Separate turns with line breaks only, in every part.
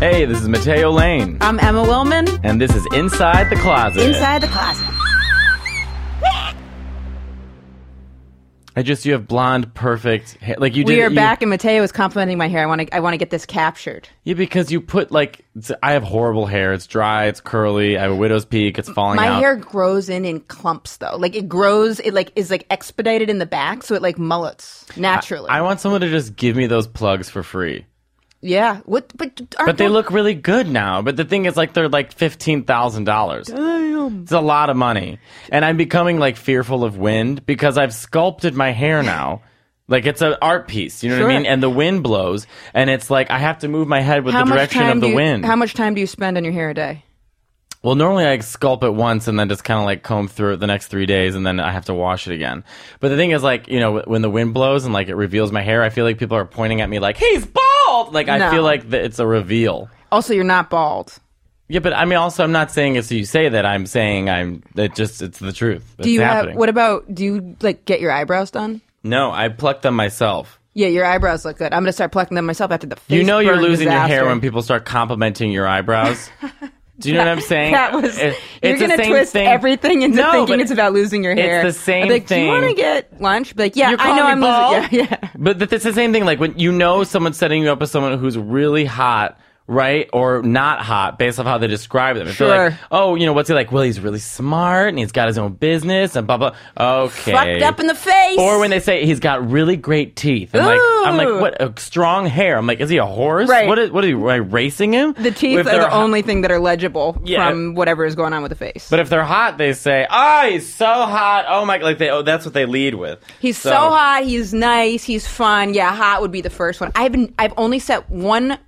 Hey, this is Mateo Lane,
I'm Emma Willman.
and this is Inside the Closet.
Inside the closet.
I just you have blonde, perfect hair. Like you did.
We are
you-
back, and Mateo is complimenting my hair. I want to. I want to get this captured.
Yeah, because you put like it's- I have horrible hair. It's dry. It's curly. I have a widow's peak. It's falling
My
out.
hair grows in in clumps, though. Like it grows. It like is like expedited in the back, so it like mullets naturally.
I want someone to just give me those plugs for free.
yeah. What? But aren't
But they
those-
look really good now. But the thing is, like, they're like fifteen thousand dollars. It's a lot of money, and I'm becoming like fearful of wind because I've sculpted my hair now. Like it's an art piece, you know what I
Sure.
mean? And the wind blows, and it's like I have to move my head with
How
the
much
direction
time
of the
do you-
wind.
How much time do you spend on your hair a day?
Well, normally I sculpt it once and then just kind of like comb through it the next three days and then I have to wash it again. But the thing is, like, you know, when the wind blows and like it reveals my hair, I feel like people are pointing at me like, he's bald! Like, I
No.
feel like th- it's a reveal.
Also, you're not bald.
Yeah, but I mean, also, I'm not saying it so you say that. I'm saying I'm, it just, it's the truth. It's
Do you
happening.
have? What about? Do you like get your eyebrows done?
no, I plucked them myself.
Yeah, your eyebrows look good. I'm gonna start plucking them myself after the.
You know, you're
Facebook
losing
disaster.
your hair when people start complimenting your eyebrows. Do you know what I'm saying?
That was
It-
you're
it's the
gonna
same
twist
thing-
everything into
No,
thinking
but
it's about losing your
it's
hair.
the same
I'd be like, Do you
thing.
want to get lunch? Be like, yeah,
You're
I know I'm
calling me
losing. Yeah, yeah.
But that's the same thing. Like when you know someone's setting you up with someone who's really hot, right, or not hot, based off how they describe them. If they're like,
Sure.
oh, you know, what's he like? Well, he's really smart and he's got his own business and blah blah. Okay.
Fucked up in the face.
or when they say he's got really great teeth, I'm like, I'm like,
Ooh.
what? A strong hair. I'm like, is he a horse?
Right.
What? Is, what are you? Am I racing him?
the teeth are
If they're
the
hot-
only thing that are legible
Yeah.
from whatever is going on with the face.
But if they're hot, they say, "Oh, he's so hot! Oh my!" Like they, oh, that's what they lead with.
He's so, hot. He's nice. He's fun. Yeah, hot would be the first one. I've been, I've only set one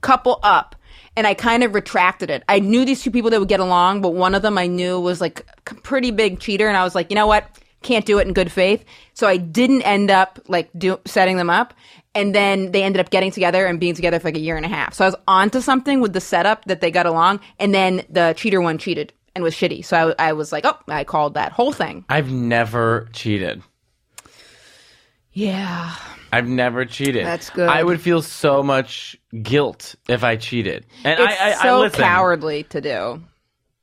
couple up, and I kind of retracted it. I knew these two people that would get along, but one of them I knew was like a pretty big cheater, and I was like, you know what, can't do it in good faith. So I didn't end up like do, setting them up. And then they ended up getting together and being together for like a year and a half. So I was onto something with the setup that they got along, and then the cheater one cheated and was shitty. So I, I was like, oh, I called that whole thing.
I've never cheated.
Yeah.
I've never cheated.
That's good.
I would feel so much guilt if I cheated. And
It's
I, I, I
so
listen.
cowardly to do.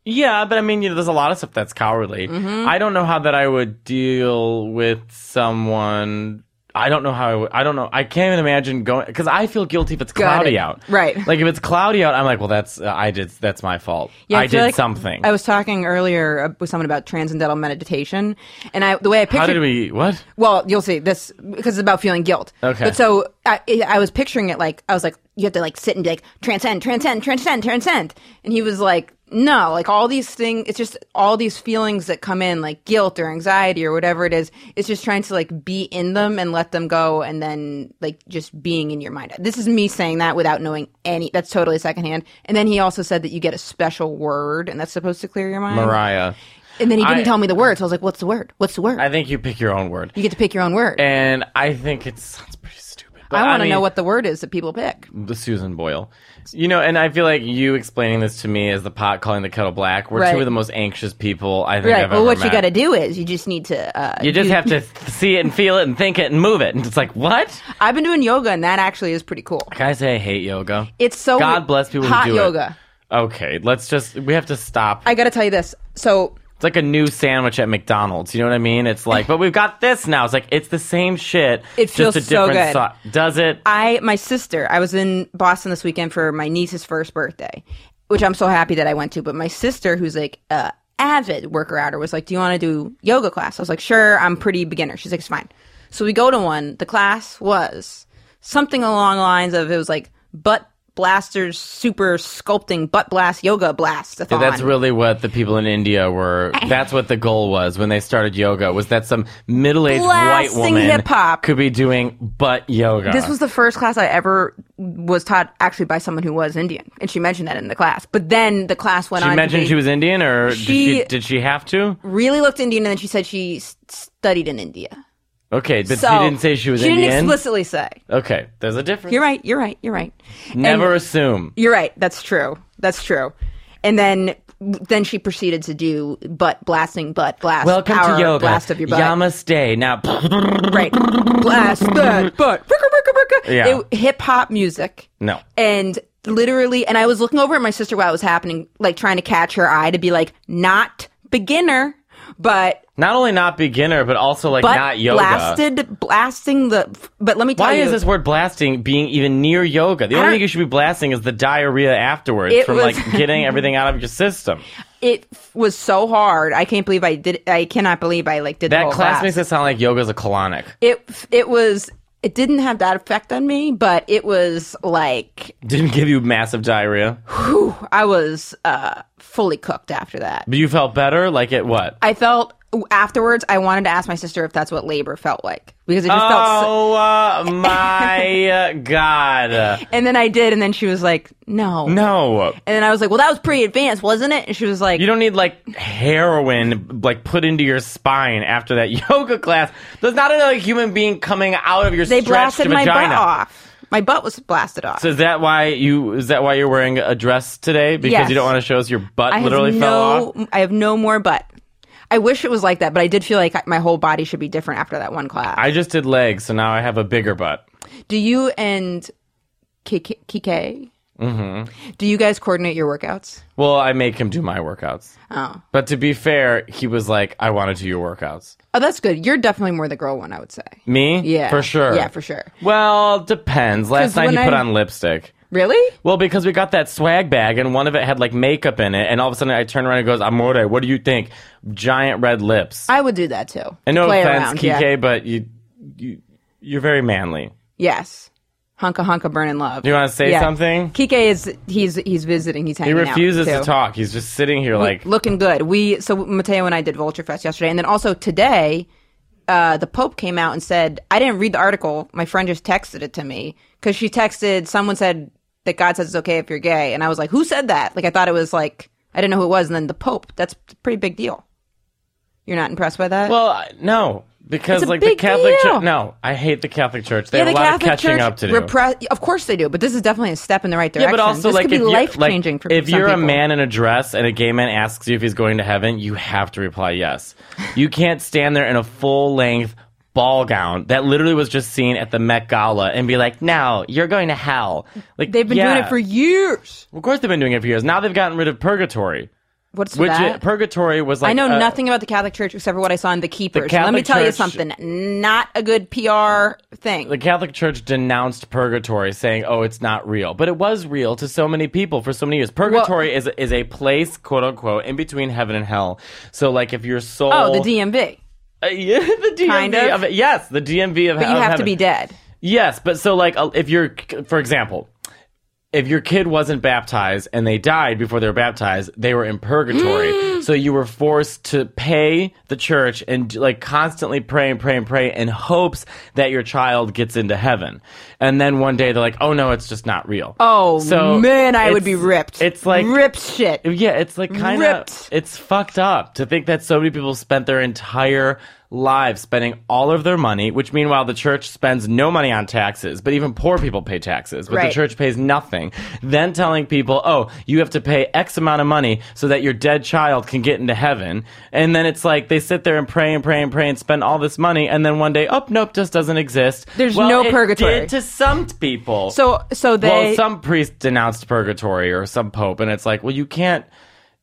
Yeah, but I mean, you know, there's a lot of stuff that's cowardly.
Mm-hmm.
I don't know how that I would deal with someone. I don't know how I would. I don't know. I can't even imagine going because I feel guilty if it's
Got
cloudy
it.
out.
Right.
Like if it's cloudy out, I'm like, well, that's uh, I did. That's my fault. I,
feel
did
like
something.
I was talking earlier uh, with someone about transcendental meditation, and I the way I pictured
how did we? What?
Well, you'll see this because it's about feeling guilt.
Okay.
But so I, I was picturing it like I was like, you have to like sit and be like transcend, transcend, transcend, transcend. And he was like, no, like all these things. It's just all these feelings that come in, like guilt or anxiety or whatever it is. It's just trying to like be in them and let them go, and then like just being in your mind. This is me saying that without knowing any. That's totally secondhand. And then he also said that you get a special word, and that's supposed to clear your mind.
Mariah.
And then he didn't
I-
tell me the word, so I was like, what's the word? What's the word?
I think you pick your own word,
you get to pick your own word.
and I think it sounds pretty stupid. But
I want to
mean-
know what the word is that people pick.
the Susan Boyle. You know, and I feel like you explaining this to me as the pot calling the kettle black. We're two
Right.
of the most anxious people I think
Right.
I've
Well,
ever
what you
met.
got to do is you just need to. Uh,
You just have to see it and feel it and think it and move it. And it's like, what?
I've been doing yoga, and that actually is pretty cool.
Can I say I hate yoga?
It's so
God bless people
hot
who do
yoga.
it. Okay, let's just we have to stop.
I got to tell you this. So
It's like a new sandwich at McDonald's. You know what I mean? It's like, but we've got this now. It's like it's the same shit.
It feels
just a
so
different
good.
sau- Does it?
I, my sister, I was in Boston this weekend for my niece's first birthday, which I'm so happy that I went to. But my sister, who's like a avid worker outer, was like, "Do you want to do yoga class?" I was like, "Sure, I'm pretty beginner." She's like, "It's fine." So we go to one. The class was something along the lines of it was like butt blasters, super sculpting butt blast yoga blast.
Yeah, that's really what the people in India were. That's what the goal was when they started yoga. Was that some middle-aged white
Blasting
woman
hip-hop.
could be doing butt yoga?
This was the first class I ever was taught actually by someone who was Indian, and she mentioned that in the class. But then the class went
She
on. to
mentioned
be-
she was Indian, or did, she,
She-
did she have to?
really looked Indian, and then she said she s- studied in India.
Okay, but
So
she didn't say she was
She
Indian.
didn't explicitly say.
okay, there's a difference.
You're right. You're right. You're right. And-
Never assume.
you're right. That's true. That's true. And then, then she proceeded to do butt blasting, butt blast.
Welcome
power
to yoga.
Blast of your butt.
Namaste. Now,
right. blast that butt. Ricka, ricka, ricka.
Yeah.
It- Hip hop music.
no.
And literally, and I was looking over at my sister while it was happening, like trying to catch her eye to be like, not beginner, but
Not only not beginner, but also like
but
not yoga.
blasted, blasting the. But let me tell
Why
you,
is this word blasting being even near yoga? The only
don't-
thing you should be blasting is the diarrhea afterwards
It
from
was-
like getting everything out of your system.
it f- was so hard. I can't believe I did. I cannot believe I like did the
That
whole
class makes it sound like yoga's a colonic.
It f- it was. It didn't have that effect on me, but it was like
Didn't give you massive diarrhea.
I was uh, fully cooked after that.
But you felt better? Like it what?
I felt afterwards. I wanted to ask my sister if that's what labor felt like because it just felt. So-
Oh uh, my uh, god.
and then I did, and then she was like, "No."
Mm. No.
And then I was like, "Well, that was pretty advanced, wasn't it?" And she was like,
You don't need like heroin like put into your spine after that yoga class. There's not another human being coming out of your
"They
stretched
blasted my
vagina.
butt off. My butt was blasted off."
So is that why you is that why you're wearing a dress today? Because
Yes.
you don't want to show us your butt
I
literally
have no,
fell off?
I have no more butt. I wish it was like that, but I did feel like my whole body should be different after that one class.
I just did legs, so now I have a bigger butt.
do you and Kike? Kike
Mm-hmm.
Do you guys coordinate your workouts?
Well, I make him do my workouts.
Oh,
But to be fair, he was like, I want to do your workouts.
oh, that's good. You're definitely more the girl one, I would say.
Me?
Yeah,
For sure.
Yeah, for sure.
Well, depends. Last
'Cause
night he
when
put
I-
on lipstick.
Really?
Well, because we got that swag bag and one of it had like makeup in it, and all of a sudden I turn around and goes, Amore, what do you think? Giant red lips.
I would do that too.
and no
Play
offense,
around,
Kike,
Yeah.
but you, you you're very manly.
Yes. Hunka hunka burn in love.
Do you want to say
Yeah.
something?
Kike is he's he's visiting. He's
He
hanging out.
refuses to
too.
talk. He's just sitting here like
looking good. We so Mateo and I did Vulture Fest yesterday, and then also today, uh, the Pope came out and said I didn't read the article. My friend just texted it to me because she texted someone said that God says it's okay if you're gay, and I was like, who said that? Like I thought it was like I didn't know who it was, and then the Pope. That's a pretty big deal. You're not impressed by that?
Well, I- no, because
It's a
like the
big
Catholic
deal.
Church. No, I hate the Catholic Church. They
yeah,
have
the
a lot
Catholic
of catching
Church
up to do.
repress. Of course they do, but this is definitely a step in the right
yeah,
direction.
but also
this
like
could
if
be
you're
life
like,
changing for
if
some
you're a
people.
man in a dress and a gay man asks you if he's going to heaven, you have to reply yes. You can't stand there in a full length ball gown that literally was just seen at the Met Gala and be like, "Now you're going to hell." Like
They've been doing
yeah.
it for years.
Of course, they've been doing it for years. Now they've gotten rid of purgatory,
What's
which
that?
it- purgatory was like
I know
uh,
nothing about the Catholic Church except for what I saw in The Keepers.
Catholic
Let me tell you
Church-
something. Not a good PR thing.
the Catholic Church denounced purgatory, saying, "Oh, it's not real," but it was real to so many people for so many years. Purgatory is is a place, quote unquote, in between heaven and hell. So, like, if your soul,
oh, the DMV.
Uh, yeah, the DMV
Kind of.
it. yes, the DMV of,
But you have to be dead.
Yes, but so like uh, if you're, for example, if your kid wasn't baptized and they died before they were baptized, they were in purgatory. so you were forced to pay the church and like constantly pray and pray and pray in hopes that your child gets into heaven. And then one day they're like, "Oh no, it's just not real."
Oh man, I would
it's-
be ripped.
It's like
ripped shit.
yeah, it's like kind of
Ripped.
it's fucked up to think that so many people spent their entire lives spending all of their money, which meanwhile the church spends no money on taxes, but even poor people pay taxes, but
Right.
the church pays nothing. Then telling people, "Oh, you have to pay X amount of money so that your dead child can get into heaven." And then it's like they sit there and pray and pray and pray and spend all this money and then one day, "Oh, nope, just doesn't exist."
There's
Well,
no
it
purgatory.
did to some people.
So, so
Well,
they.
some priest denounced purgatory or some pope, and it's like, well, you can't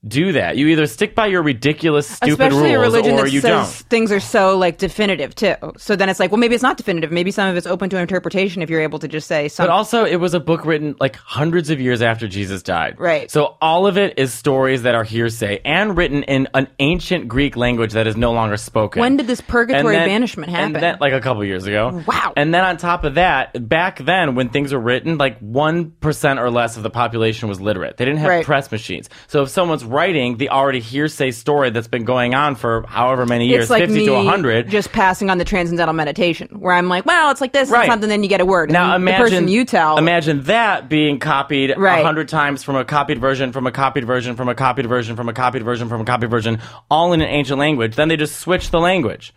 do that. You either stick by your ridiculous, stupid
Especially a
rules,
religion
or
that
you
says
don't.
things are so like definitive too. So then it's like, well, maybe it's not definitive. Maybe some of it's open to interpretation if you're able to just say
But
something.
also, it was a book written like hundreds of years after Jesus died.
Right.
So all of it is stories that are hearsay and written in an ancient Greek language that is no longer spoken.
When did this purgatory
And then-
banishment happen?
and then- like a couple years ago.
Wow.
And then on top of that, back then when things were written, like one percent or less of the population was literate. They didn't have
Right.
press machines. So if someone's writing the already hearsay story that's been going on for however many years,
it's like
fifty
me
to hundred,
just passing on the transcendental meditation, where I'm like, well, it's like this,
Right.
and something, then you get a word.
Now
and
imagine
the person you tell.
Imagine that being copied a
Right.
hundred times from a copied version, from a copied version, from a copied version, from a copied version, from a copied version, all in an ancient language. Then they just switch the language.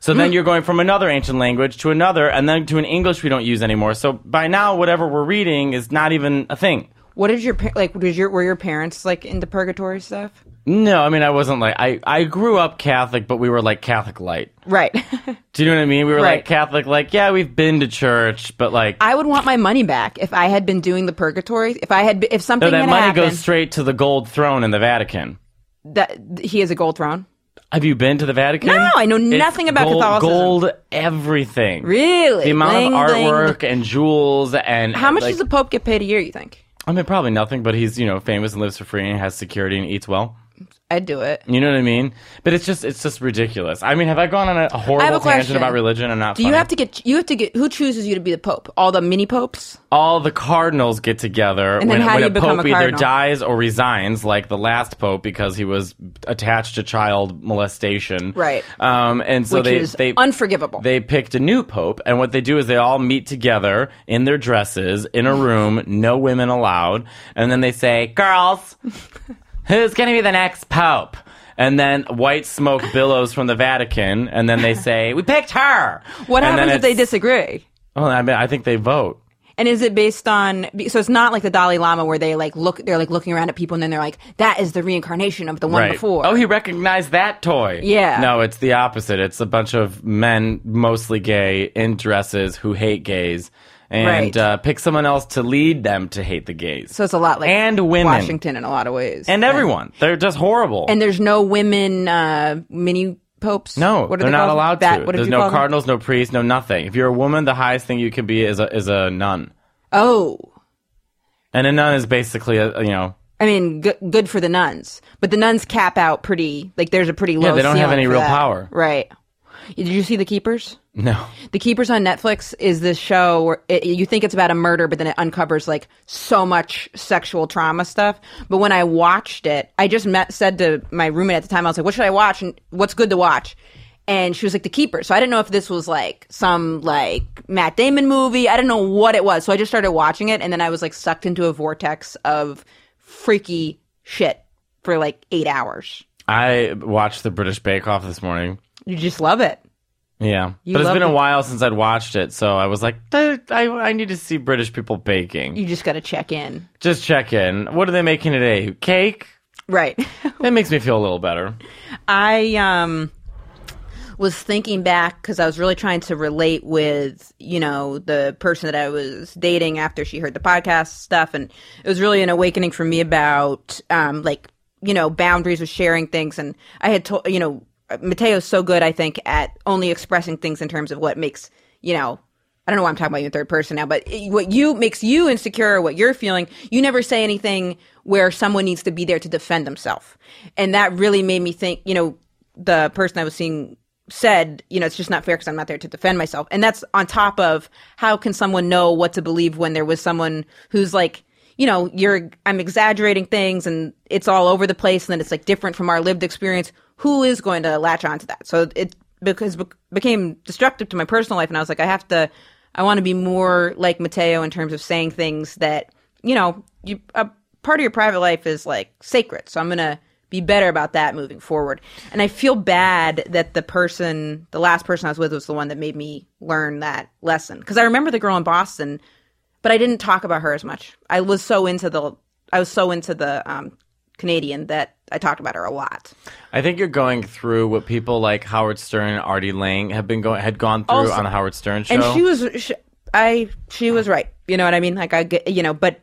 So
Hmm.
then you're going from another ancient language to another, and then to an English we don't use anymore. So by now, whatever we're reading is not even a thing.
What did your par- like? Did your were your parents like into purgatory stuff?
No, I mean I wasn't like I I grew up Catholic, but we were like Catholic light.
Right.
Do you know what I mean? We were
Right.
like Catholic, like yeah, we've been to church, but like
I would want my money back if I had been doing the purgatory. If I had, be- if something
no, that
had
money
happened,
goes straight to the gold throne in the Vatican.
that he has a gold throne.
Have you been to the Vatican?
No, I know nothing about
gold,
Catholicism.
Gold, everything.
Really?
The amount
Bling,
of
bling.
artwork and jewels and
How much
like,
does the Pope get paid a year? You think?
I mean, probably nothing, but he's you know famous and lives for free and has security and eats well.
I'd do it.
You know what I mean? But it's just it's just ridiculous. I mean, have I gone on a- a horrible
question.
tangent about religion and not?
Do you have to get? You have to get. Who chooses you to be the Pope? All the mini popes.
all the cardinals get together
then
when,
how do
when
you
a
become
pope
a
either
cardinal?
dies or resigns, like the last pope because he was attached to child molestation.
Right.
Um, and so
Which
they
is
they
unforgivable.
They picked a new pope, and what they do is they all meet together in their dresses in a room, no women allowed, and then they say, "Girls, who's going to be the next pope?" And then white smoke billows from the Vatican, and then they say, "We picked her."
What
And then
happens if they
it's-
disagree?
Well, I mean, I think they vote.
And is it based on? be- So it's not like the Dalai Lama where they like look. They're like looking around at people and then they're like, "That is the reincarnation of the one before."
Oh, he recognized that toy.
Yeah.
No, it's the opposite. It's a bunch of men, mostly gay, in dresses who hate gays, and
Right.
uh, pick someone else to lead them to hate the gays.
so it's a lot like
and women
Washington in a lot of ways,
and everyone. They're just horrible.
And there's no women uh, mini popes.
no,
what are
they're
they
not
called?
allowed
Bat-
to.
What did
There's
you
no
call them?
cardinals, no priests, no nothing. If you're a woman, the highest thing you can be is a is a nun,
Oh,
and a nun is basically a you know.
I mean, g- good for the nuns, but the nuns cap out pretty. Like there's a pretty low.
they don't have
ceiling
any
for
real
that.
power.
right? Did you see the keepers?
No,
The Keepers on Netflix is this show where it, you think it's about a murder, but then it uncovers like so much sexual trauma stuff. But when I watched it, I just met said to my roommate at the time, I was like, "What should I watch? And what's good to watch?" And she was like, "The Keepers." So I didn't know if this was like some like Matt Damon movie. I didn't know what it was. So I just started watching it, and then I was like sucked into a vortex of freaky shit for like eight hours.
I watched the British Bake Off this morning.
You just love it.
Yeah, but it's
love
been a
the-
while since I'd watched it, so I was like, I, I, I need to see British people baking.
You just got to check in,
Just check in. What are they making today? Cake?
right?
That makes me feel a little better.
I um was thinking back because I was really trying to relate with you know the person that I was dating after she heard the podcast stuff, and it was really an awakening for me about um like you know boundaries with sharing things, and I had told you know Mateo's so good I think at only expressing things in terms of what makes you know. I don't know why I'm talking about you in third person now, but it- what you makes you insecure, what you're feeling, you never say anything where someone needs to be there to defend themselves. And that really made me think, you know, the person I was seeing said, you know, it's just not fair because I'm not there to defend myself. And that's on top of how can someone know what to believe when there was someone who's like, you know, you're I'm exaggerating things and it's all over the place and then it's like different from our lived experience. Who is going to latch onto that? So it because bec- became destructive to my personal life and I was like I have to I want to be more like Mateo in terms of saying things that, you know, you a part of your private life is like sacred. So I'm going to be better about that moving forward. And I feel bad that the person, the last person I was with, was the one that made me learn that lesson. Because I remember the girl in Boston, but I didn't talk about her as much. I was so into the, I was so into the um, Canadian that I talked about her a lot.
I think you're going through what people like Howard Stern and Artie Lang have been going had gone through
Also-
on the Howard Stern show.
and she was she, i she was right you know what i mean like i get you know but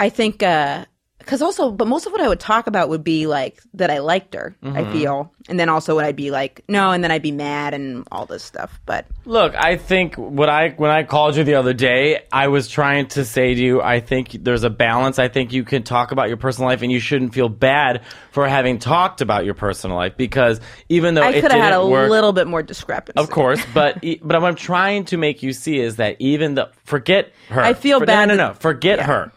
i think uh because also but most of what i would talk about would be like that i liked her
Mm-hmm.
i feel and then also what i'd be like no and then i'd be mad and all this stuff but
Look, I think what I when I called you the other day, I was trying to say to you, I think there's a balance. I think you can talk about your personal life, and you shouldn't feel bad for having talked about your personal life because even though
i
it
could have
didn't
had a
work,
little bit more discrepancy
Of course, but e- but what I'm trying to make you see is that even the forget her.
I feel
For-
bad
No, no,
that-
no. Forget her.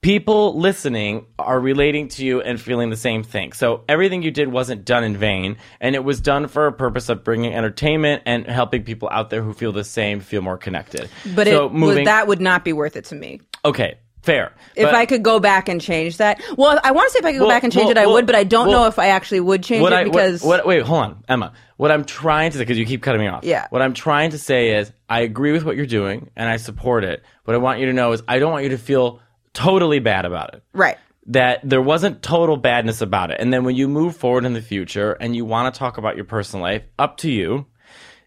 People listening are relating to you and feeling the same thing. So everything you did wasn't done in vain, and it was done for a purpose of bringing entertainment and helping people out there who feel the same feel more connected.
but
so
it was, that would not be worth it to me
okay, fair.
if I could go back and change that, well, I want to say if I could go
Well,
back and change
well,
it, I
well,
would, but I don't
well,
know if I actually would change
what
it
I what-
because
what, wait, hold on, Emma. What I'm trying to say because you keep cutting me off.
Yeah.
What I'm trying to say is I agree with what you're doing and I support it. What I want you to know is I don't want you to feel totally bad about it.
Right.
That there wasn't total badness about it. And then when you move forward in the future and you want to talk about your personal life, up to you,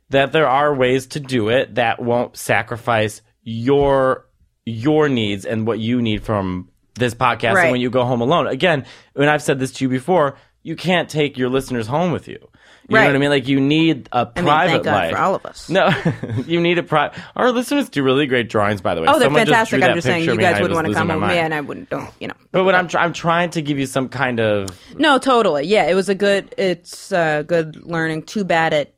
that there are ways to do it that won't sacrifice your your needs and what you need from this podcast
Right.
and when you go home alone. Again, when I've said this to you before, you can't take your listeners home with you. You know
Right.
what I mean? Like you need a
I mean,
private
thank God
life.
for all of us.
No, you need a pri Our listeners do really great drawings, by the way.
Oh, they're
Someone
fantastic.
drew
I'm
that
just saying
picture
you
of me and
guys
I
would
was
want to
losing
come
my
over
mind.
me, and I wouldn't. Don't you know?
But what I'm tr- I'm trying to give you some kind of
No, totally. Yeah, it was a good. It's uh, good learning. Too bad at.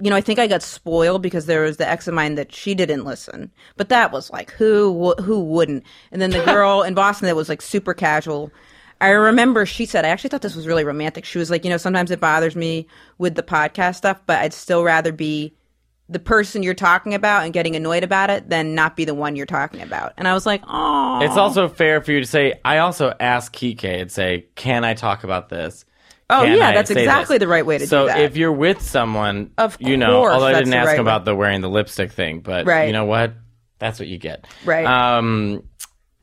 You know, I think I got spoiled because there was the ex of mine that she didn't listen, but that was like who wo- who wouldn't? And then the girl in Boston that was like super casual. I remember she said, I actually thought this was really romantic. She was like, you know, sometimes it bothers me with the podcast stuff, but I'd still rather be the person you're talking about and getting annoyed about it than not be the one you're talking about. And I was like, oh,
It's also fair for you to say. I also asked Kike and say, "Can I talk about this?"
Oh,
Can
yeah,
I
that's
say
exactly the right way to do
so
that.
if you're with someone,
Of
you know,
course,
although I
that's
didn't
the
ask
right
about the wearing the lipstick thing, but
Right.
you know what? That's what you get.
Right.
Um,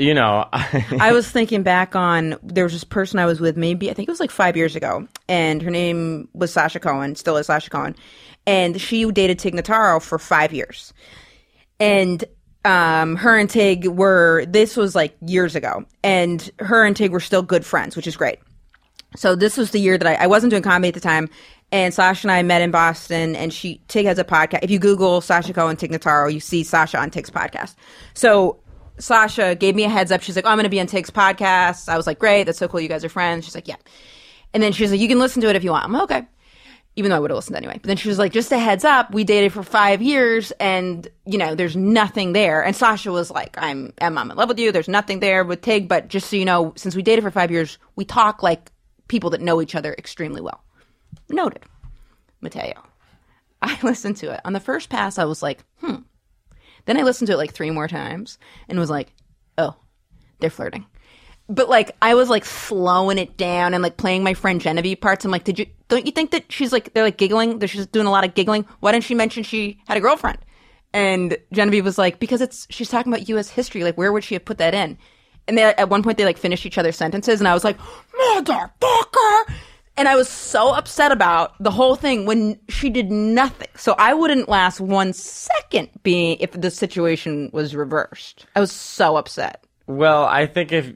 you know,
I was thinking back on there was this person I was with maybe I think it was like five years ago, and her name was Sasha Cohen, still is Sasha Cohen, and she dated Tig Notaro for five years, and um, her and Tig were this was like years ago, and her and Tig were still good friends, which is great. So this was the year that I, I wasn't doing comedy at the time, and Sasha and I met in Boston. And she Tig has a podcast. If you Google Sasha Cohen Tig Notaro, you see Sasha on Tig's podcast. So Sasha gave me a heads up. She's like, oh, "I'm going to be on Tig's podcast." I was like, "Great, that's so cool. You guys are friends." She's like, "Yeah," and then she's like, "You can listen to it if you want." I'm like, okay. Even though I would have listened anyway. But then she was like, just a heads up, we dated for five years and, you know, there's nothing there. And Sasha was like, I'm, I'm, I'm in love with you. There's nothing there with Tig. But just so you know, since we dated for five years, we talk like people that know each other extremely well. Noted, Mateo. I listened to it. On the first pass, I was like, hmm. Then I listened to it like three more times and was like, oh, they're flirting. But like, I was like slowing it down and like playing my friend Genevieve parts. I'm like, did you, don't you think that she's like, they're like giggling? That she's doing a lot of giggling. Why didn't she mention she had a girlfriend? And Genevieve was like, because it's, she's talking about U.S. history. Like, where would she have put that in? And they, at one point, they like finished each other's sentences, and I was like, motherfucker! And I was so upset about the whole thing when she did nothing. So I wouldn't last one second being if the situation was reversed. I was so upset.
well, I think if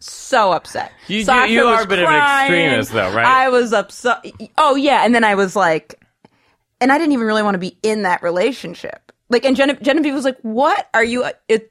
So upset.
You- you-
Sasha
you are
was
a bit of an
crying.
extremist, though, right?
I was upset. Oh, yeah. And then I was like, and I didn't even really want to be in that relationship. Like, and Gene- Genevieve was like, "What are you?" uh, It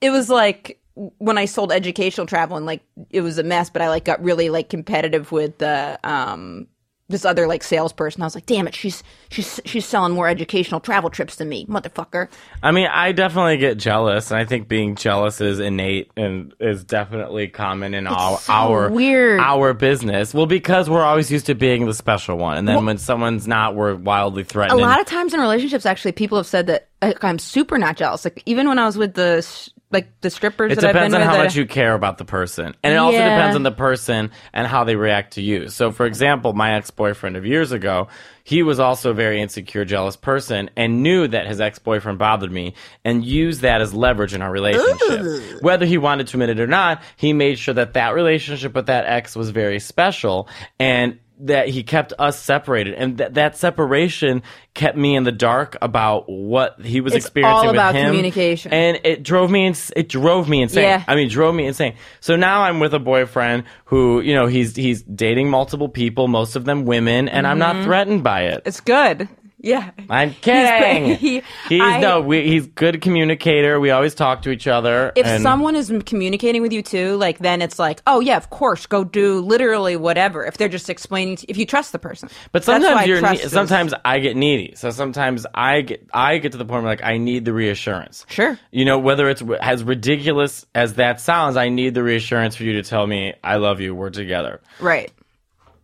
it was like when I sold educational travel and like it was a mess, but I like got really like competitive with the um this other like salesperson. I was like, "Damn it, she's she's she's selling more educational travel trips than me, motherfucker."
I mean, I definitely get jealous, and I think being jealous is innate and is definitely common in all
so
our
weird.
our business. Well, because we're always used to being the special one, and then when someone's not, we're wildly
A
threatened.
lot of times in relationships, actually, people have said that like, I'm super not jealous. Like even when I was with the s- like the strippers,
it
that
depends
I've
on
been
how
with, uh, that-
much you care about the person, and it also
Yeah.
depends on the person and how they react to you. So, for example, my ex boyfriend of years ago, he was also a very insecure, jealous person, and knew that his ex boyfriend bothered me, and used that as leverage in our relationship. Whether he wanted to admit it or not, he made sure that that relationship with that ex was very special, and that he kept us separated and th- that separation kept me in the dark about what he was
It's
experiencing
all
with
about
him
communication.
and it drove me ins- it drove me insane.
Yeah.
I mean, drove me insane. So now I'm with a boyfriend who, you know, he's he's dating multiple people, most of them women, and I'm
Mm-hmm.
not threatened by it.
it's good. Yeah,
I'm kidding.
he-
he's
I-
no, we, he's good communicator. We always talk to each other.
if
and-
someone is m- communicating with you too, like then it's like, oh yeah, of course, go do literally whatever. If they're just explaining, to, if you trust the person,
But
That's why
sometimes you're
trust
ne-
is-
sometimes I get needy. So sometimes I get I get to the point where like I need the reassurance.
Sure.
You know whether it's w- as ridiculous as that sounds, I need the reassurance for you to tell me I love you. We're together.
right.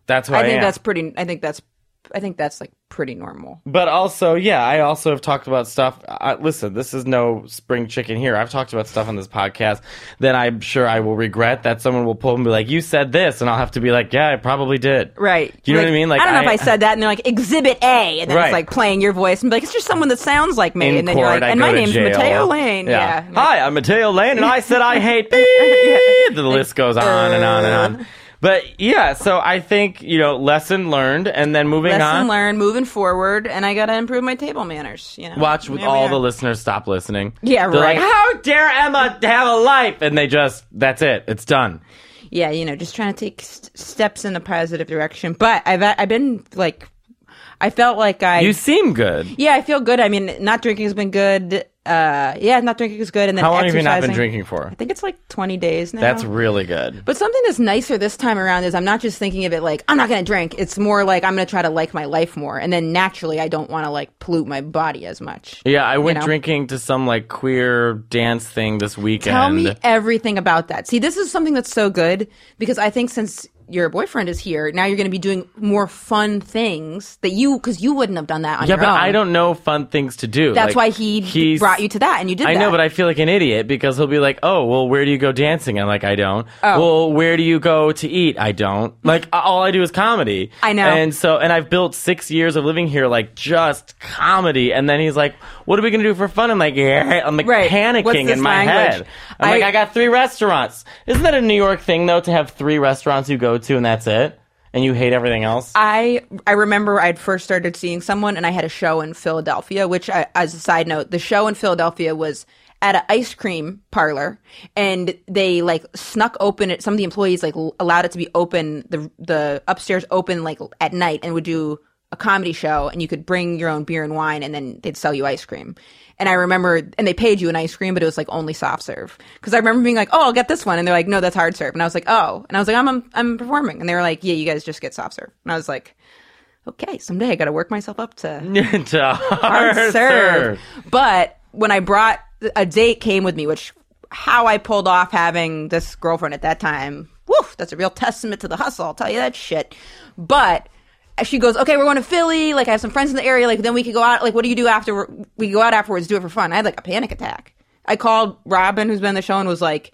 That's who I,
I think
am.
that's pretty. I think that's. I think that's like pretty normal.
But also, yeah, I also have talked about stuff. I, listen, this is no spring chicken here. I've talked about stuff on this podcast that I'm sure I will regret that someone will pull and be like, "You said this," and I'll have to be like, "Yeah, I probably did."
Right.
You know what I mean? Like,
I don't know
I-
if I said that, and they're like, Exhibit A, and then
Right.
it's like playing your voice, and be like, it's just someone that sounds like me,
In
and then
court,
you're like,
I
and
go
my
to
name's
jail.
Mateo Lane. Yeah.
Hi, I'm Mateo Lane, and I said I hate. beep. The list goes on and on and
Uh.
on. But yeah, so I think you know, lesson learned, and then moving
Lesson
on.
learned, moving forward, and I gotta improve my table manners. You know,
Watch with
There we
all
are.
the listeners stop listening.
Yeah,
They're
right.
Like, How dare Emma have a life? And they just that's it. It's done.
yeah, you know, just trying to take s- steps in the positive direction. But I've I've been like, I felt like I
You seem good.
yeah, I feel good. I mean, not drinking has been good. Uh, yeah, not drinking is good. And then
How long have you not been
exercising.
drinking for?
I think it's like twenty days now.
That's really good.
But something that's nicer this time around is I'm not just thinking of it like I'm not gonna drink. It's more like I'm gonna try to like my life more, and then naturally I don't want to like pollute my body as much.
Yeah, I went
know?
drinking to some like queer dance thing this weekend.
Tell me everything about that. See, this is something that's so good because I think since your boyfriend is here, now you're going to be doing more fun things that you because you wouldn't have done that on
yeah,
your
but
own.
I don't know fun things to do. Like,
That's why he
he's-
brought you to that, and you did.
I
that.
know, but I feel like an idiot because he'll be like, "Oh, well, where do you go dancing?" I'm like, "I don't."
Oh.
Well, where do you go to eat? I don't. Like a- all I do is comedy.
I know.
And so, and I've built six years of living here like just comedy. And then he's like, "What are we gonna do for fun?" I'm like, "Yeah." I'm like
Right. What's
panicking
this
in my
language?
head. I'm like,
I-
"I got three restaurants." Isn't that a New York thing though to have three restaurants you go to and that's it, and you hate everything else?
I I remember I'd first started seeing someone, and I had a show in Philadelphia. Which, I, as a side note, the show in Philadelphia was at an ice cream parlor, and they like snuck open it. Some of the employees like l- allowed it to be open the the upstairs open like at night, and would do a comedy show, and you could bring your own beer and wine, and then they'd sell you ice cream. And I remember, and they paid you an ice cream, but it was like only soft serve. Because I remember being like, "Oh, I'll get this one," and they're like, "No, that's hard serve." And I was like, "Oh," and I was like, "I'm I'm, I'm performing," and they were like, "Yeah, you guys just get soft serve." And I was like, "Okay, someday I got to work myself up to
to
hard
hard
serve."
serve.
But when I brought a date came with me, which how I pulled off having this girlfriend at that time, woof, that's a real testament to the hustle. I'll tell you that shit. But she goes, okay, we're going to Philly. Like I have some friends in the area. Like then we could go out. Like what do you do after we go out afterwards? Do it for fun. I had like a panic attack. I called Robin, who's been on the show, and was like,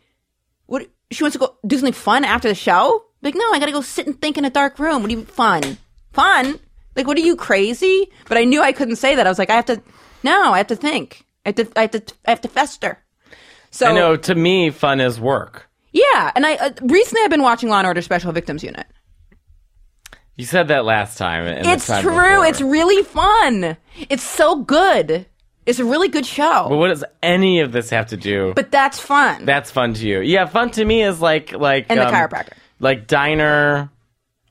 "What? She wants to go do something fun after the show? Like no, I got to go sit and think in a dark room. What do you fun? Fun? Like what are you crazy? But I knew I couldn't say that. I was like, I have to. No, I have to think. I have to. I have to. I have to fester. So
I know. To me, fun is work.
yeah, and I uh, recently I've been watching Law and Order Special Victims Unit.
You said that last time. and the
It's
time
true.
before.
It's really fun. It's so good. It's a really good show.
But what does any of this have to do?
but that's fun.
That's fun to you. Yeah, fun to me is like like um,
And the chiropractor.
like diner.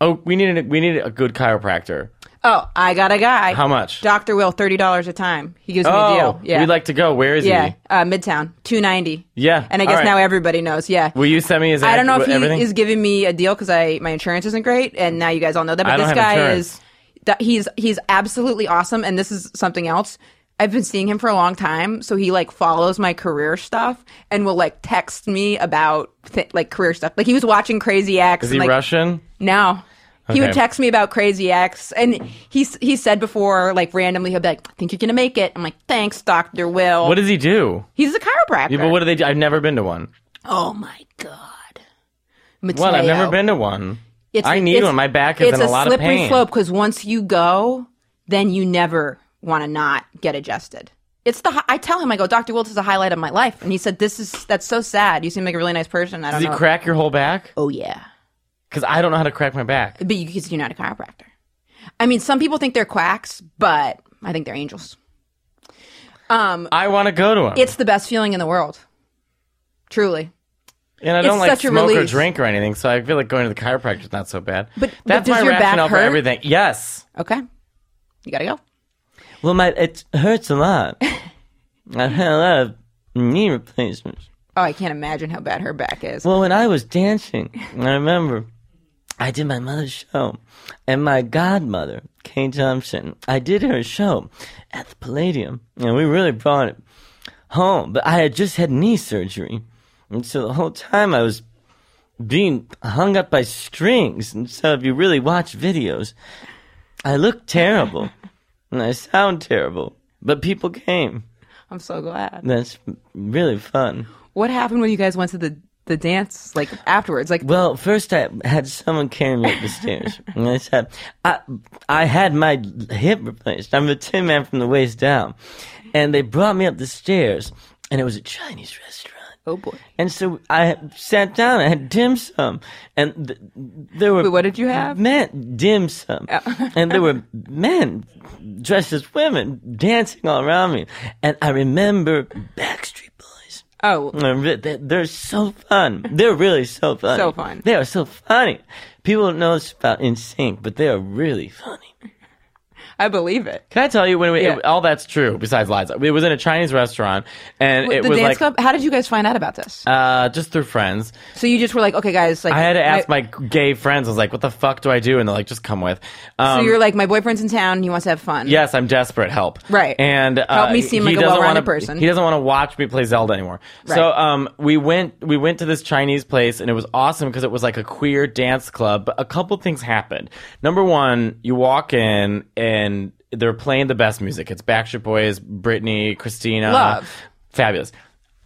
Oh, we need a, we need a good chiropractor.
oh, I got a guy.
How much?
Doctor Will, thirty dollars a time. He gives me a
oh,
deal. Yeah,
we'd like to go. Where is
yeah,
he?
uh, Midtown, two ninety.
Yeah,
and I
all
guess
right.
now everybody knows. Yeah,
Will you send me his?
I don't know
ad-
if he
everything?
is giving me a deal because I my insurance isn't great, and now you guys all know that. But
I don't
this
have
guy
insurance.
is that he's he's absolutely awesome, and this is something else. I've been seeing him for a long time, so he like follows my career stuff and will like text me about th- like career stuff. Like he was watching Crazy X.
Is
and,
he
like,
Russian?
No. He would
Okay.
text me about Crazy X, and he s- he said before, like randomly, he'll be like, "I think you're gonna make it." I'm like, "Thanks, Doctor Will."
What does he do?
He's a chiropractor.
Yeah, but what do they do? I've never been to one.
Oh my god. Mateo.
Well, I've never been to one. I need
it's-
one. My back is
it's
in a lot of
slippery
pain.
slope because once you go, then you never want to not get adjusted. It's the hi- I tell him I go, Doctor Wiltz is a highlight of my life, and he said, "This is that's so sad. You seem like a really nice person. I don't
Does he
know."
crack your whole back?
oh yeah,
Because I don't know how to crack my back.
but you because you're not a chiropractor. I mean, some people think they're quacks, but I think they're angels.
I want to go to him.
It's the best feeling in the world, truly.
And I
It's
don't like
such a
smoke or
relief.
drink or anything, so I feel like going to the chiropractor is not so bad.
But- but
that's
does
my
your back
rationale for
hurt?
everything. Yes.
Okay, you gotta go.
Well, my it hurts a lot. I've had a lot of knee replacements.
Oh, I can't imagine how bad her back is.
Well, when I was dancing, I remember I did my mother's show, and my godmother, Kay Thompson, I did her show at the Palladium, and we really brought it home. But I had just had knee surgery, and so the whole time I was being hung up by strings. And so if you really watch videos, I look terrible.
and I sound terrible, but people came.
I'm so glad.
That's really fun.
What happened when you guys went to the the dance like afterwards? Like
Well, first I had someone carry me up the stairs, and I said, I, I had my hip replaced. I'm a tin man from the waist down, and they brought me up the stairs, and it was a Chinese restaurant.
oh boy.
And so I sat down. I had dim sum, and th- there were
Wait, what did you have?
Men dim sum, and there were men dressed as women dancing all around me. And I remember Backstreet Boys.
Oh,
I re- they- They're so fun. They're really so fun.
So fun.
They are so funny. People don't know this about NSYNC, but they are really funny.
I believe it.
Can I tell you when we,
Yeah.
it- all that's true besides lies? It was in a Chinese restaurant, and
Wait,
it
the
was
dance
like
club. How did you guys find out about this?
uh, just through friends.
so you just were like, okay, guys, like
I had to ask
my-
my gay friends. I was like, "What the fuck do I do?" And they're like, "Just come with." Um,
so you're like, my boyfriend's in town. and He wants to have fun.
Yes, I'm desperate. Help.
Right.
And uh,
Help me seem
he
like a
doesn't wanna-
well-rounded person.
He doesn't want to watch me play Zelda anymore. So
Right.
um, we went we went to this Chinese place and it was awesome because it was like a queer dance club. But a couple things happened. Number one, you walk in and they're playing the best music. It's Backstreet Boys, Britney, Christina.
Love.
Fabulous.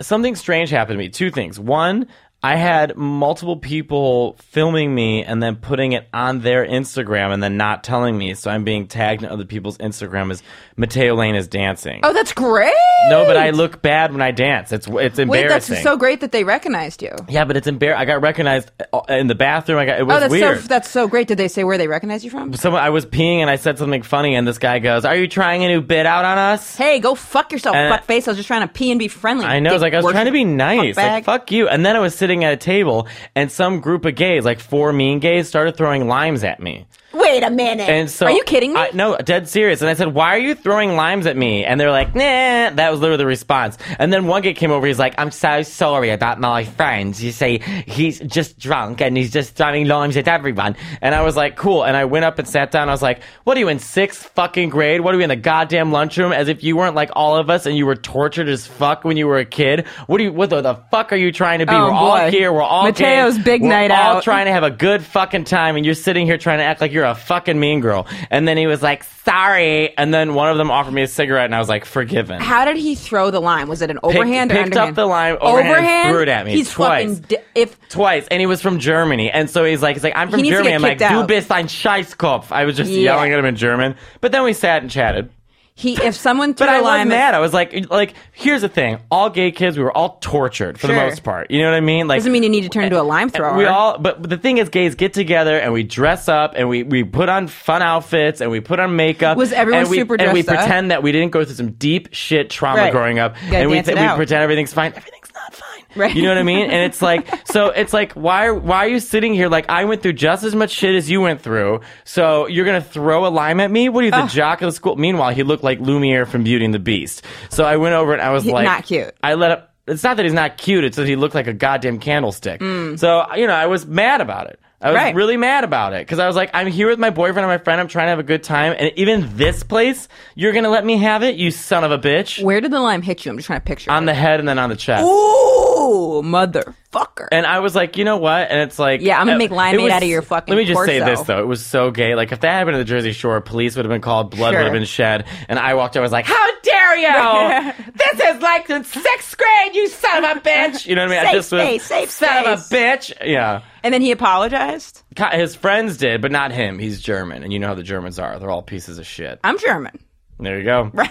Something strange happened to me. Two things. One, I had multiple people filming me and then putting it on their Instagram and then not telling me. So I'm being tagged in other people's Instagram as Mateo Lane is dancing.
Oh, that's great.
no, but I look bad when I dance. It's it's embarrassing.
Wait, that's so great that they recognized you.
yeah, but it's embarrassing. I got recognized uh, in the bathroom. I got it was
oh, that's
weird.
so that's so great. Did they say where they recognized you from?
Someone I was peeing and I said something funny and this guy goes, "Are you trying a new bit out on us?"
Hey, go fuck yourself,
And-
fuck face. I was just trying to pee and be friendly.
I know. It's like
dick
I was trying to be
worship.
nice. like
bag.
fuck you. And then I was sitting at a table, and some group of gays, like four mean gays, started throwing limes at me.
Wait a minute.
And so,
are you kidding me?
I, no, dead serious. And I said, "Why are you throwing limes at me?" And they're like, "Nah." That was literally the response. And then one guy came over. He's like, "I'm so sorry about my friends. You say he's just drunk and he's just throwing limes at everyone." And I was like, "Cool." And I went up and sat down. I was like, "What are you in sixth fucking grade? What are we in the goddamn lunchroom? As if you weren't like all of us and you were tortured as fuck when you were a kid. What do you? What the, the fuck are you trying to be?
Oh,
we're all
boy.
here. We're all
Mateo's
gay.
big
We're
night
all
out.
trying trying to have a good fucking time and you're sitting here trying to act like you're a fucking mean girl. And then he was like, sorry. And then one of them offered me a cigarette and I was like, forgiven.
How did he throw the line? Was it an
Pick-
overhand or
picked
underhand?
up the line, overhand, and threw it at me
He's
twice.
fucking. Di- if
Twice, and he was from Germany, and so he's like, "He's like, I'm from
needs to
Germany."
get
I'm like,
kicked
"Du
out.
bist ein Scheißkopf." I was just
Yeah.
yelling at him in German, but then we sat and chatted.
he, if someone threw
But I
a
wasn't
line,
mad. I was like, "Like, here's the thing: all gay kids, we were all tortured for the
Sure.
most part. You know what I mean? Like,
doesn't mean you need to turn into a lime thrower.
We all, but but the thing is, gays get together and we dress up and we, we put on fun outfits and we put on makeup.
Was everyone
and we,
super
And we
dressed up?
pretend that we didn't go through some deep shit trauma
Right.
growing up,
gotta
and we
dance it
we
out.
pretend everything's fine. Everything's not fine.
Right.
You know what I mean? And it's like, so it's like, why are, why are you sitting here? Like I went through just as much shit as you went through, so you're gonna throw a lime at me? What are you, the jock of the school? Meanwhile, he looked like Lumiere from Beauty and the Beast. So I went over and I was like,
not cute.
I let up. It's not that he's not cute. It's that he looked like a goddamn candlestick. So you know, I was mad about it. I was
Mm. Right.
really mad about it because I was like, I'm here with my boyfriend and my friend. I'm trying to have a good time, and even this place, you're gonna let me have it, you son of a bitch.
Where did the lime hit you? I'm just trying to picture.
On the head and then on the chest.
Ooh, motherfucker.
And I was like, you know what? And it's like, uh,
Yeah, I'm gonna make limeade
it was-
out of your fucking
Let me just say
torso.
this though, it was so gay. Like if that happened to the Jersey Shore, police would have been called, blood
Sure.
would have been shed, and I walked out. I was like, how dare you? this is like the sixth grade, you son of a bitch. You know what I mean? I
Safe
just was,
space, safe
son of a
space.
bitch. Yeah,
And then he apologized.
Ki- his friends did, but not him. He's German, and you know how the Germans are. They're all pieces of shit.
I'm German.
There you go.
Right.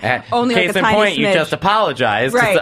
Eh,
Only like
case
a
in
tiny
point, you
smidge.
just apologized.
Right.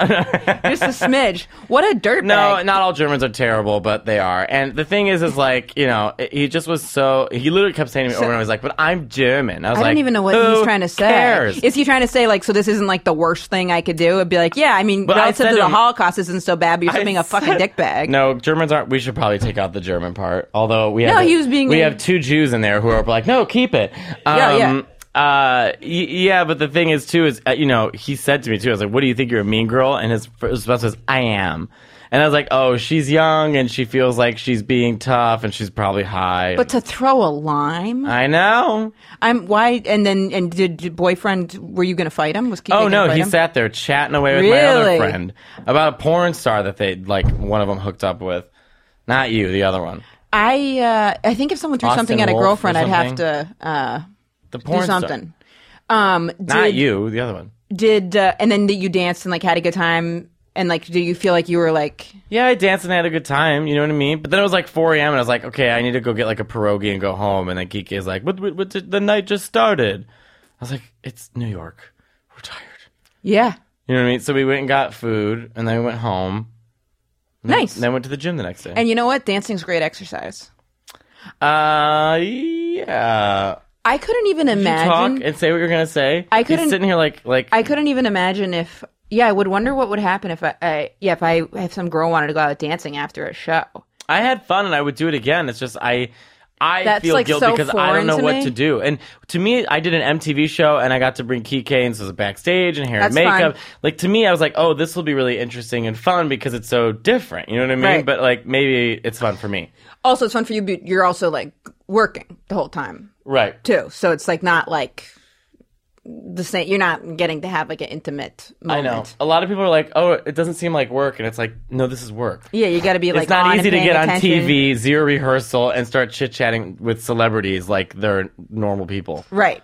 just a smidge. What a dirtbag.
No, not all Germans are terrible, but they are. And the thing is, is like you know, he just was so he literally kept saying to me over and over, he's like, "But I'm German." I was
I
like,
don't even know what
"Who
he's trying to say.
Cares?
Is he trying to say like, so this isn't like the worst thing I could do? It'd be like, yeah, I mean,
But I
relative
said
to the
to him-
Holocaust isn't so bad, but you're
I
still being a fucking
said-
dickbag.
No, Germans aren't. We should probably take out the German part. Although we have
No, he was being
we
a-
have two Jews in there who are like, no, keep it. Um,
Yeah, yeah.
Uh, y- yeah, but the thing is, too, is uh, you know, he said to me too, I was like, "What do you think you're a mean girl?" And his first response was, "I am." And I was like, "Oh, she's young and she feels like she's being tough and she's probably high."
But to throw a lime,
I know.
I'm why? And then and did your boyfriend? Were you gonna fight him? Was Keegan
Oh
gonna
no,
fight
he
him?
sat there chatting away with my other
Really?
friend about a porn star that they like one of them hooked up with. Not you, the other one.
I uh, I think if someone threw
Austin
something at a
Wolf or
girlfriend, I'd have
something?
to uh,
The porn
do
star.
something. Um, did,
Not you, the other one.
Did uh, and then did you dance and like had a good time and like do you feel like you were like
Yeah, I danced and had a good time. You know what I mean? But then it was like 4 a.m. and I was like, okay, I need to go get like a pierogi and go home. And then Kiki is like, what, what, what did- the night just started? I was like, it's New York. We're tired.
yeah
You know what I mean? So we went and got food and then we went home. And then-
Nice.
Then went to the gym the next day.
and you know what dancing's great exercise.
uh, yeah.
I couldn't even
You
imagine.
talk and say what you're gonna say.
I
You're
couldn't-
sitting here like like
I couldn't even imagine if. Yeah, I would wonder what would happen if I, I yeah if I if some girl wanted to go out dancing after a show.
I had fun and I would do it again. It's just I I
That's,
feel
like,
guilt
so
because I don't
foreign
know
to
what
me.
to do. And to me, I did an MTV show and I got to bring Kike and so it was backstage and hair
That's
and makeup.
fun.
Like to me, I was like, oh, this will be really interesting and fun because it's so different. You know what I mean?
Right.
But like maybe it's fun for me.
Also, it's fun for you, but you're also like working the whole time
Right.
too, so it's like not like the same. You're not getting to have like an intimate
I
moment.
know. A lot of people are like, oh, it doesn't seem like work, and it's like, no, this is work.
Yeah, you got to be like
it's not easy
on and
to
paying
get on
attention.
TV, zero rehearsal, and start chit chatting with celebrities like they're normal people.
right?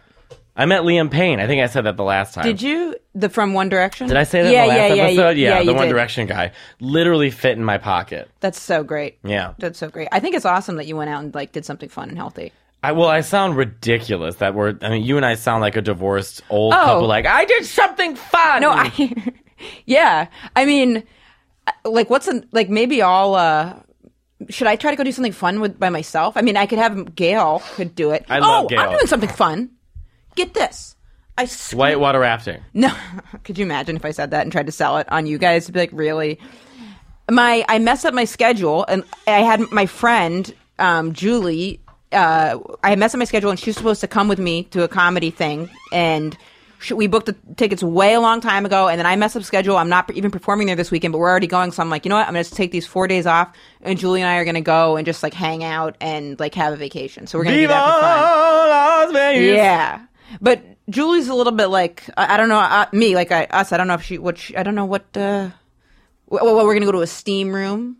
I met Liam Payne. I think I said that the last time.
Did you the from One Direction?
Did I say that
Yeah,
in the last
yeah, yeah,
episode?
you-
Yeah,
yeah,
the
you
One
did.
Direction guy. Literally fit in my pocket.
That's so great.
Yeah.
That's so great. I think it's awesome that you went out and like did something fun and healthy.
I well, I sound ridiculous that we're I mean, you and I sound like a divorced old couple like I did something fun.
Oh. No, Oh, I. yeah, I mean, uh, like, what's an, like maybe I'll. uh Should I try to go do something fun with by myself? I mean, I could have Gail could do it.
I love
oh,
Gail.
I'm doing something fun. Get this. I s-
whitewater rafting.
no. could you imagine if I said that and tried to sell it on you guys? It'd Be like, really? My I messed up my schedule, and I had my friend um, Julie. Uh, I messed up my schedule, and she was supposed to come with me to a comedy thing, and she, we booked the tickets way a long time ago. And then I messed up schedule. I'm not even performing there this weekend, but we're already going. So I'm like, you know what? I'm gonna just take these four days off, and Julie and I are gonna go and just like hang out and like have a vacation. So we're gonna do
Viva
that for
Las
fun.
Vegas.
Yeah, but Julie's a little bit like I, I don't know uh, me like I, us. I don't know if she what she, I don't know what. Uh, wh- wh- we're gonna go to a steam room.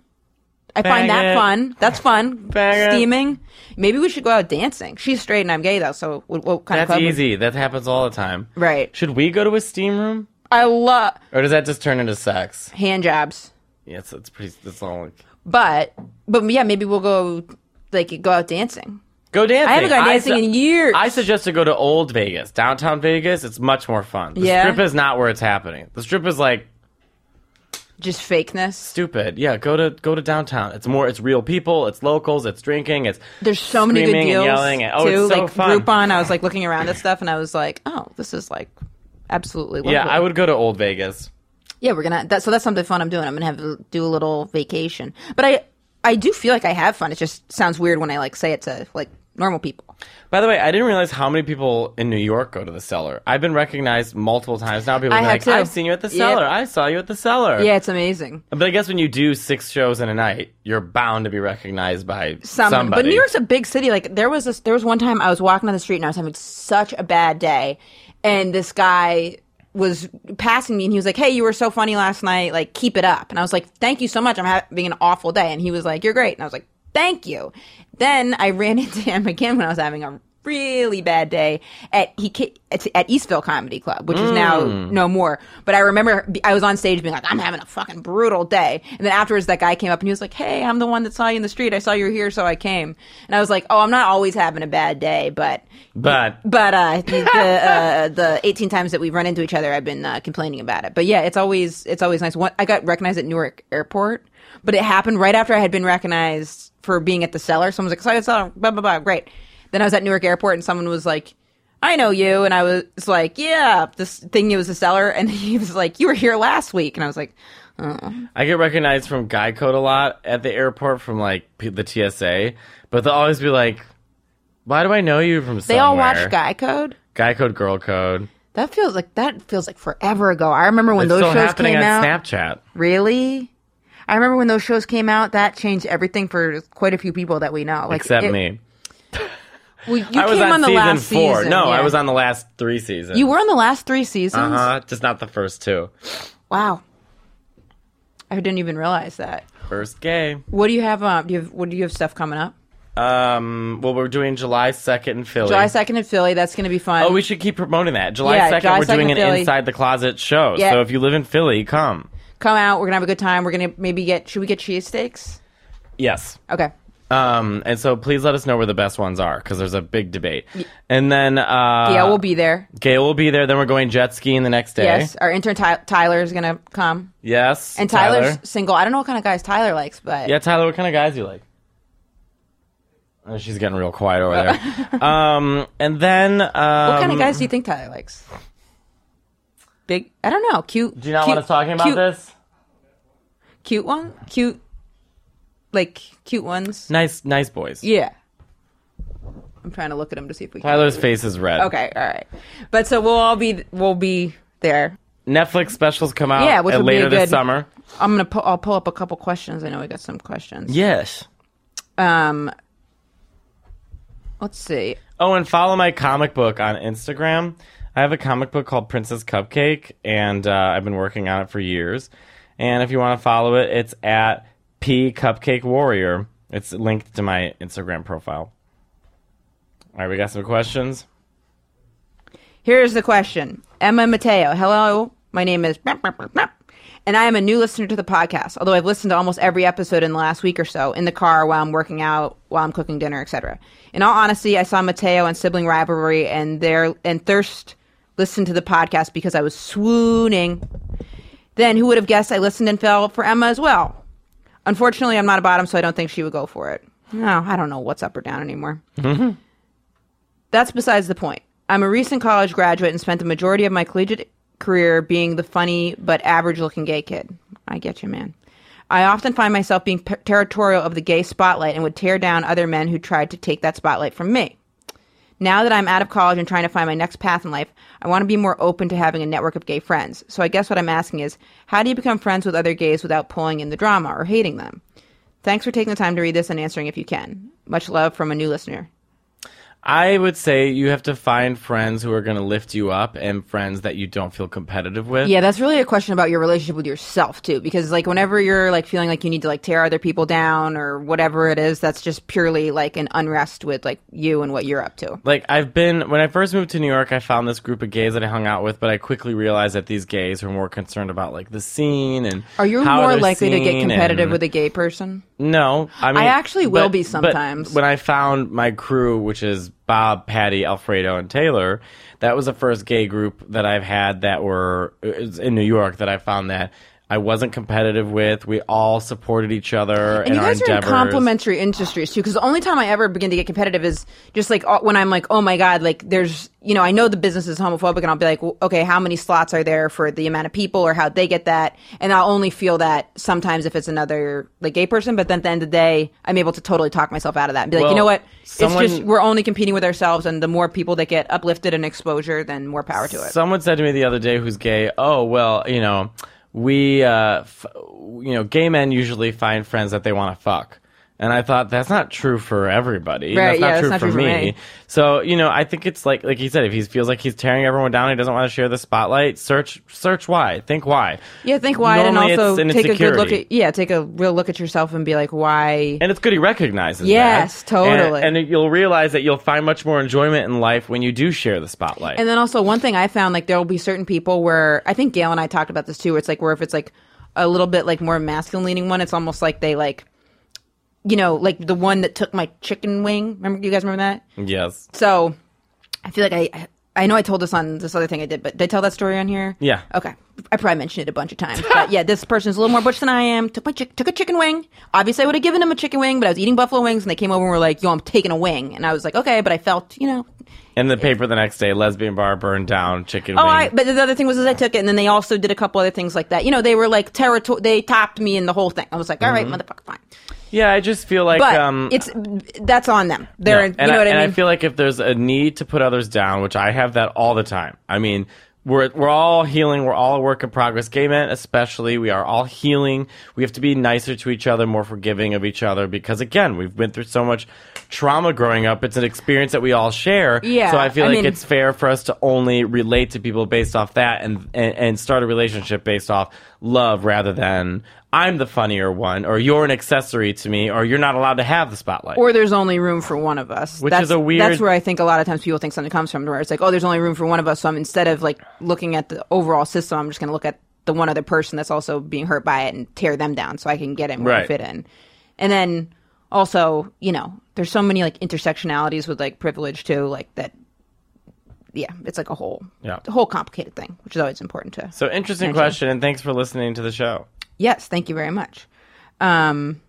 I find
Bang
that
it.
fun. That's fun.
Bang it.
Steaming. Maybe we should go out dancing. She's straight and I'm gay though, so what, what kind
That's
of club? would-
easy. That happens all the time.
Right.
Should we go to a steam room?
I love
Or does that just turn into sex?
hand jobs,
Yeah, it's, it's pretty it's all like
but but yeah, maybe we'll go like go out dancing.
Go dancing.
I haven't gone dancing
su-
in years.
I suggest to go to Old Vegas, downtown Vegas. It's much more fun. The
Yeah.
strip is not where it's happening. The strip is like
Just fakeness.
stupid. Yeah, go to go to downtown. It's more. It's real people. It's locals. It's drinking. It's
There's so many good
screaming
deals
and yelling. And, oh,
too.
it's so
like
fun.
Groupon. I was like looking around at stuff and I was like, oh, this is like absolutely. Lovely.
Yeah, I would go to Old Vegas.
Yeah, we're gonna. That, so that's something fun I'm doing. I'm gonna have to do a little vacation. But I, I do feel like I have fun. It just sounds weird when I like say it to like normal people.
By the way, I didn't realize how many people in New York go to the cellar. I've been recognized multiple times now. People
I
are
have
like,
too.
"I've seen you at the
Yeah.
cellar. I saw you at the cellar."
Yeah, it's amazing.
But I guess when you do six shows in a night, you're bound to be recognized by
Some,
somebody.
but New York's a big city. Like there was this, there was one time I was walking down the street and I was having such a bad day, and this guy was passing me and he was like, "Hey, you were so funny last night. Like keep it up." And I was like, "Thank you so much. I'm having an awful day." And he was like, "You're great." And I was like, "Thank you." Then I ran into him again when I was having a really bad day at he ca- at, at Eastville Comedy Club, which is now no more. But I remember be- I was on stage being like, "I'm having a fucking brutal day," and then afterwards that guy came up and he was like, "Hey, I'm the one that saw you in the street. I saw you were here, so I came." And I was like, "Oh, I'm not always having a bad day, but."
but
But uh, the the, uh, the eighteen times that we've run into each other, I've been uh, complaining about it. But yeah, it's always it's always nice. One, I got recognized at Newark Airport, but it happened right after I had been recognized for being at the cellar. Someone was like, "Sorry, cellar, blah blah blah." Great. Then I was at Newark Airport, and someone was like, "I know you," and I was like, "Yeah, this thing it was the cellar," and he was like, "You were here last week," and I was like,
I get recognized from guy code a lot at the airport from like p- the TSA, but they'll always be like, "Why do I know you from?"
"They all watch Guy Code."
guy code, girl code.
That feels like that feels like forever ago. I remember when
It's
those
still
shows
happening
came
on
out.
Snapchat.
Really? I remember when those shows came out, that changed everything for quite a few people that we know. Like,
Except
it-
me.
Well, you
I was
came
on,
on, the
season
last
four.
season.
no, I
yeah.
was on the last three seasons.
You were on the last three seasons.
Uh-huh, just not the first two.
Wow, I didn't even realize that.
First gay.
What do you have? Um, do you have, what do you have stuff coming up?
Um, well, we're doing July 2nd in Philly.
July 2nd in Philly. That's going to be fun.
Oh, we should keep promoting that. July
Yeah,
2nd,
July
we're doing
2nd,
an
Philly.
Inside the Closet show.
Yeah.
So if you live in Philly, come.
Come out. We're going to have a good time. We're going to maybe get, should we get cheesesteaks?
Yes.
Okay.
Um, and so please let us know where the best ones are because there's a big debate. And then uh,
yeah, we'll be there.
Gail will be there. Then we're going jet skiing the next day.
Yes. Our intern Ty- Tyler is going to come.
Yes.
And Tyler's single. I don't know what kind of guys Tyler likes, but
Yeah, Tyler, what kind of guys you like? Oh, she's getting real quiet over there. um, and then um,
what kind of guys do you think Tyler likes? Big, I don't know. Cute.
Do you not
cute,
want us talking about
cute-
this?
Cute one? Cute, like cute ones.
Nice, nice boys.
Yeah. I'm trying to look at him to see if we can.
Tyler's face is red.
Okay, all right. But so we'll all be we'll be there.
Netflix specials come out
Yeah, which
uh,
would be a
later this
good-
summer.
I'm gonna pull. I'll pull up a couple questions. I know we got some questions.
Yes.
Um. Let's see.
Oh, and follow my comic book on Instagram. I have a comic book called Princess Cupcake, and uh, I've been working on it for years. And if you want to follow it, it's at P Cupcake Warrior. It's linked to my Instagram profile. All right, we got some questions.
Here's the question. Emma Mateo. Hello, my name is and I am a new listener to the podcast. Although I've listened to almost every episode in the last week or so in the car while I'm working out, while I'm cooking dinner, etc. In all honesty, I saw Mateo and sibling rivalry and their and thirst listen to the podcast because I was swooning. Then who would have guessed I listened and fell for Emma as well? Unfortunately, I'm not a bottom, so I don't think she would go for it. No, I don't know what's up or down anymore. That's besides the point. I'm a recent college graduate and spent the majority of my collegiate career being the funny but average looking gay kid. I get you, man. I often find myself being per- territorial of the gay spotlight and would tear down other men who tried to take that spotlight from me. Now that I'm out of college and trying to find my next path in life, I want to be more open to having a network of gay friends. So I guess what I'm asking is how do you become friends with other gays without pulling in the drama or hating them? Thanks for taking the time to read this and answering if you can. Much love from a new listener.
I would say you have to find friends who are going to lift you up and friends that you don't feel competitive with.
Yeah, that's really a question about your relationship with yourself too, because like whenever you're like feeling like you need to like tear other people down or whatever it is, that's just purely like an unrest with like you and what you're up to.
like I've been when I first moved to New York, I found this group of gays that I hung out with, but I quickly realized that these gays were more concerned about like the scene and
Are you
how
more
they're
likely to get
seen
competitive
and-
with a gay person?
No, I mean
I actually will
but-
be
but
sometimes.
when I found my crew, which is Bob, Patty, Alfredo, and Taylor, that was the first gay group that I've had that were is in New York that I found that. I wasn't competitive with. We all supported each other
And
in
you
our
guys are in
endeavors.
complementary industries too, because the only time I ever begin to get competitive is just like uh, when I'm like, oh my god, like there's, you know, I know the business is homophobic, and I'll be like, well, okay, how many slots are there for the amount of people, or how they get that, and I'll only feel that sometimes if it's another like gay person, but then at the end of the day, I'm able to totally talk myself out of that and be like,
Well,
you know what,
someone-
it's just we're only competing with ourselves, and the more people that get uplifted and exposure, then more power to it.
Someone said to me the other day who's gay, "Oh, well, you know, we uh f- you know, gay men usually find friends that they want to fuck." And I thought that's not true for everybody.
Right,
that's not
yeah, that's
true
not
for
true for
me.
me.
So, you know, I think it's like like he said if he feels like he's tearing everyone down, he doesn't want to share the spotlight, search search why. Think why.
yeah, think why, and
Normally
also
it's an
take a good look
insecurity.
at yeah, take a real look at yourself and be like, why?
And it's good he recognizes
Yes,
that.
totally.
And, and you'll realize that you'll find much more enjoyment in life when you do share the spotlight.
And then also one thing I found like there will be certain people where I think Gail and I talked about this too. Where it's like where if it's like a little bit like more masculine leaning one, it's almost like they like, you know, like the one that took my chicken wing. Remember you guys remember that?
yes.
So I feel like I I know I told this on this other thing I did, but did I tell that story on here?
Yeah.
Okay. I probably mentioned it a bunch of times, but yeah, this person's a little more butch than I am. Took my chick- took a chicken wing. Obviously, I would have given him a chicken wing, but I was eating buffalo wings, and they came over and were like, "Yo, I'm taking a wing," and I was like, "Okay," but I felt, you know,
And the paper the next day, lesbian bar burned down, chicken
Oh,
wing.
I, but the other thing was is I took it, and then they also did a couple other things like that. You know, they were like territory. They topped me in the whole thing. I was like, all right, motherfucker, fine.
yeah, I just feel like
But
Mm-hmm. um
it's that's on them. They're
Yeah.
you
and
know
I,
what I mean.
and feel like if there's a need to put others down, which I have that all the time. I mean, we're we're all healing. We're all a work in progress. Gay men, especially, we are all healing. We have to be nicer to each other, more forgiving of each other, because again, we've been through so much trauma growing up. It's an experience that we all share.
Yeah,
So I feel
I
like
mean-
it's fair for us to only relate to people based off that, and and, and start a relationship based off love rather than I'm the funnier one or you're an accessory to me or you're not allowed to have the spotlight.
or there's only room for one of us.
Which
that's,
is a weird-
That's where I think a lot of times people think something comes from, where it's like, oh, there's only room for one of us. So I'm instead of like looking at the overall system, I'm just going to look at the one other person that's also being hurt by it and tear them down so I can get in where I
Right.
fit in. And then also, you know, there's so many like intersectionalities with like privilege too, like that. Yeah, it's like a whole,
Yeah.
a whole complicated thing, which is always important to.
so interesting question and thanks for listening to the show.
Yes, thank you very much. Um,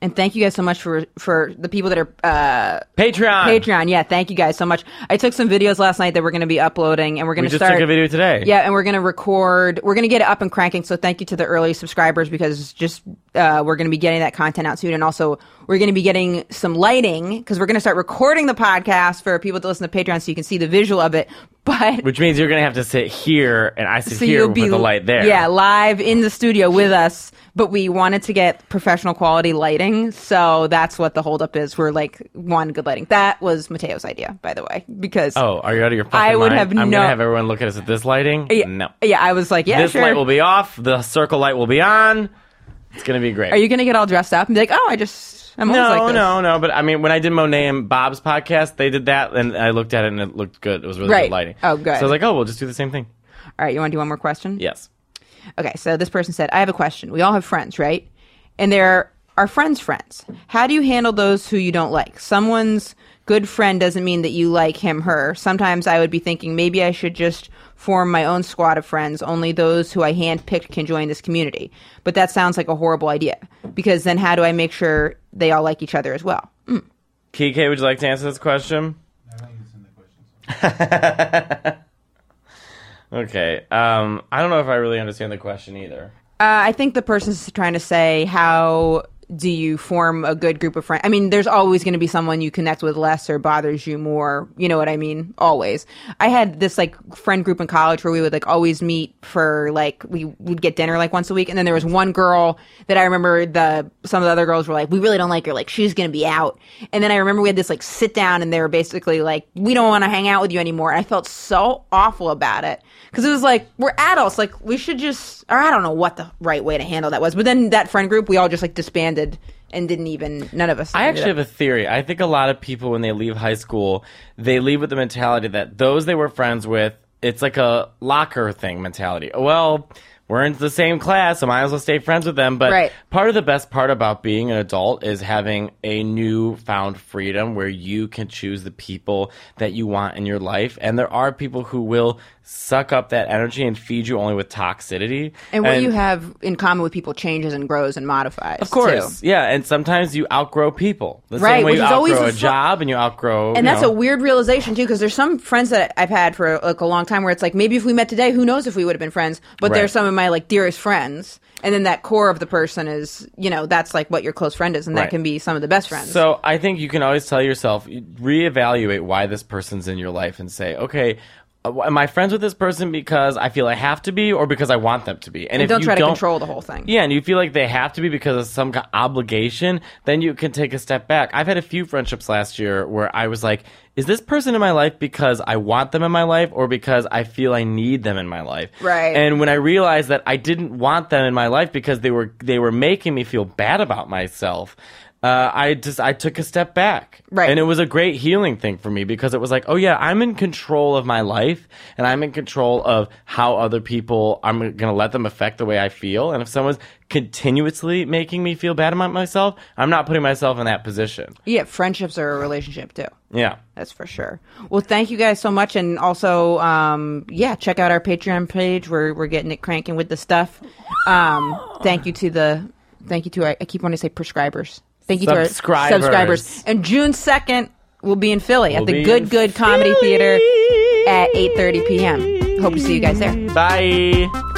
and thank you guys so much for for the people that are uh,
Patreon.
Patreon. Yeah, thank you guys so much. I took some videos last night that we're going to be uploading, and we're going
We
to
just
start.
took a video today.
Yeah, and we're going to record. We're going to get it up and cranking. So thank you to the early subscribers because just uh, we're going to be getting that content out soon, and also we're going to be getting some lighting because we're going to start recording the podcast for people to listen to Patreon, so you can see the visual of it. But
Which means you're gonna have to sit here and I sit
so
here
you'll
with
be
the light there.
Yeah, live in the studio with us, but we wanted to get professional quality lighting, so that's what the holdup is. We're like one good lighting. That was Mateo's idea, by the way, because
Oh, are you out of your fucking
I would
mind?
have
I'm
no-
gonna have everyone look at us at this lighting.
yeah,
No.
yeah, I was like, yeah,
this
sure.
light will be off. The circle light will be on. It's gonna be great.
Are you gonna get all dressed up and be like, oh, I just I'm always
No,
like this.
no, no. But I mean, when I did Monet and Bob's podcast, they did that, and I looked at it and it looked good. It was really
Right.
good lighting.
Oh, good.
So I was like, oh, we'll just do the same thing.
All right, you want to do one more question?
Yes.
Okay, so this person said, I have a question. We all have friends, right? And they're our friends' friends. How do you handle those who you don't like? Someone's good friend doesn't mean that you like him, her. Sometimes I would be thinking maybe I should just form my own squad of friends. Only those who I handpicked can join this community. But that sounds like a horrible idea because then how do I make sure they all like each other as well?
Kike, would you like to answer this question?
I don't think it's in the questions.
Okay. Um, I don't know if I really understand the question either.
Uh, I think the person's trying to say how do you form a good group of friends? I mean, there's always going to be someone you connect with less or bothers you more. You know what I mean? Always. I had this like friend group in college where we would like always meet for like we would get dinner like once a week, and then there was one girl that I remember the some of the other girls were like, we really don't like her, like she's going to be out. And then I remember we had this like sit down, and they were basically like, we don't want to hang out with you anymore. And I felt so awful about it because it was like we're adults like we should just or i don't know what the right way to handle that was but then that friend group we all just like disbanded and didn't even none of us
I actually have a theory. I think a lot of people, when they leave high school, they leave with the mentality that those they were friends with, it's like a locker thing mentality. Well, we're in the same class, so might as well stay friends with them. But
Right.
part of the best part about being an adult is having a newfound freedom where you can choose the people that you want in your life. And there are people who will suck up that energy and feed you only with toxicity.
and what you have in common with people changes and grows and modifies
Of course, yeah, and sometimes you outgrow people. The
Right,
same way
which
you
is always
outgrow
a
a
fu-
job, and you outgrow.
and
you
that's
know.
a weird realization too because there's some friends that i've had for like a long time where it's like maybe if we met today who knows if we would have been friends but they're
Right.
some of my like dearest friends and then that core of the person is you know that's like what your close friend is and that
Right.
can be some of the best friends
So I think you can always tell yourself, reevaluate why this person's in your life and say, okay, uh, am I friends with this person because I feel I have to be or because I want them to be? And, if
don't
you
try to
don't,
control the whole thing
Yeah, and you feel like they have to be because of some ki- obligation, then you can take a step back. I've had a few friendships last year where I was like, is this person in my life because I want them in my life or because I feel I need them in my life?
Right.
And when I realized that I didn't want them in my life because they were they were making me feel bad about myself, uh, I just I took a step back.
Right.
And it was a great healing thing for me because it was like, oh yeah, I'm in control of my life and I'm in control of how other people I'm going to let them affect the way I feel. And if someone's continuously making me feel bad about myself, I'm not putting myself in that position.
yeah friendships are a relationship too
Yeah.
That's for sure. Well, thank you guys so much, and also, um, yeah, check out our Patreon page. We're we're getting it cranking with the stuff. Um, thank you to the, thank you to our, I keep wanting to say prescribers. Thank you to our
Subscribers.
subscribers. And June second, we'll be in Philly at
We'll
the
be
Good
in
Good Comedy
Philly.
Theater at eight thirty p.m. Hope to see you guys there.
Bye.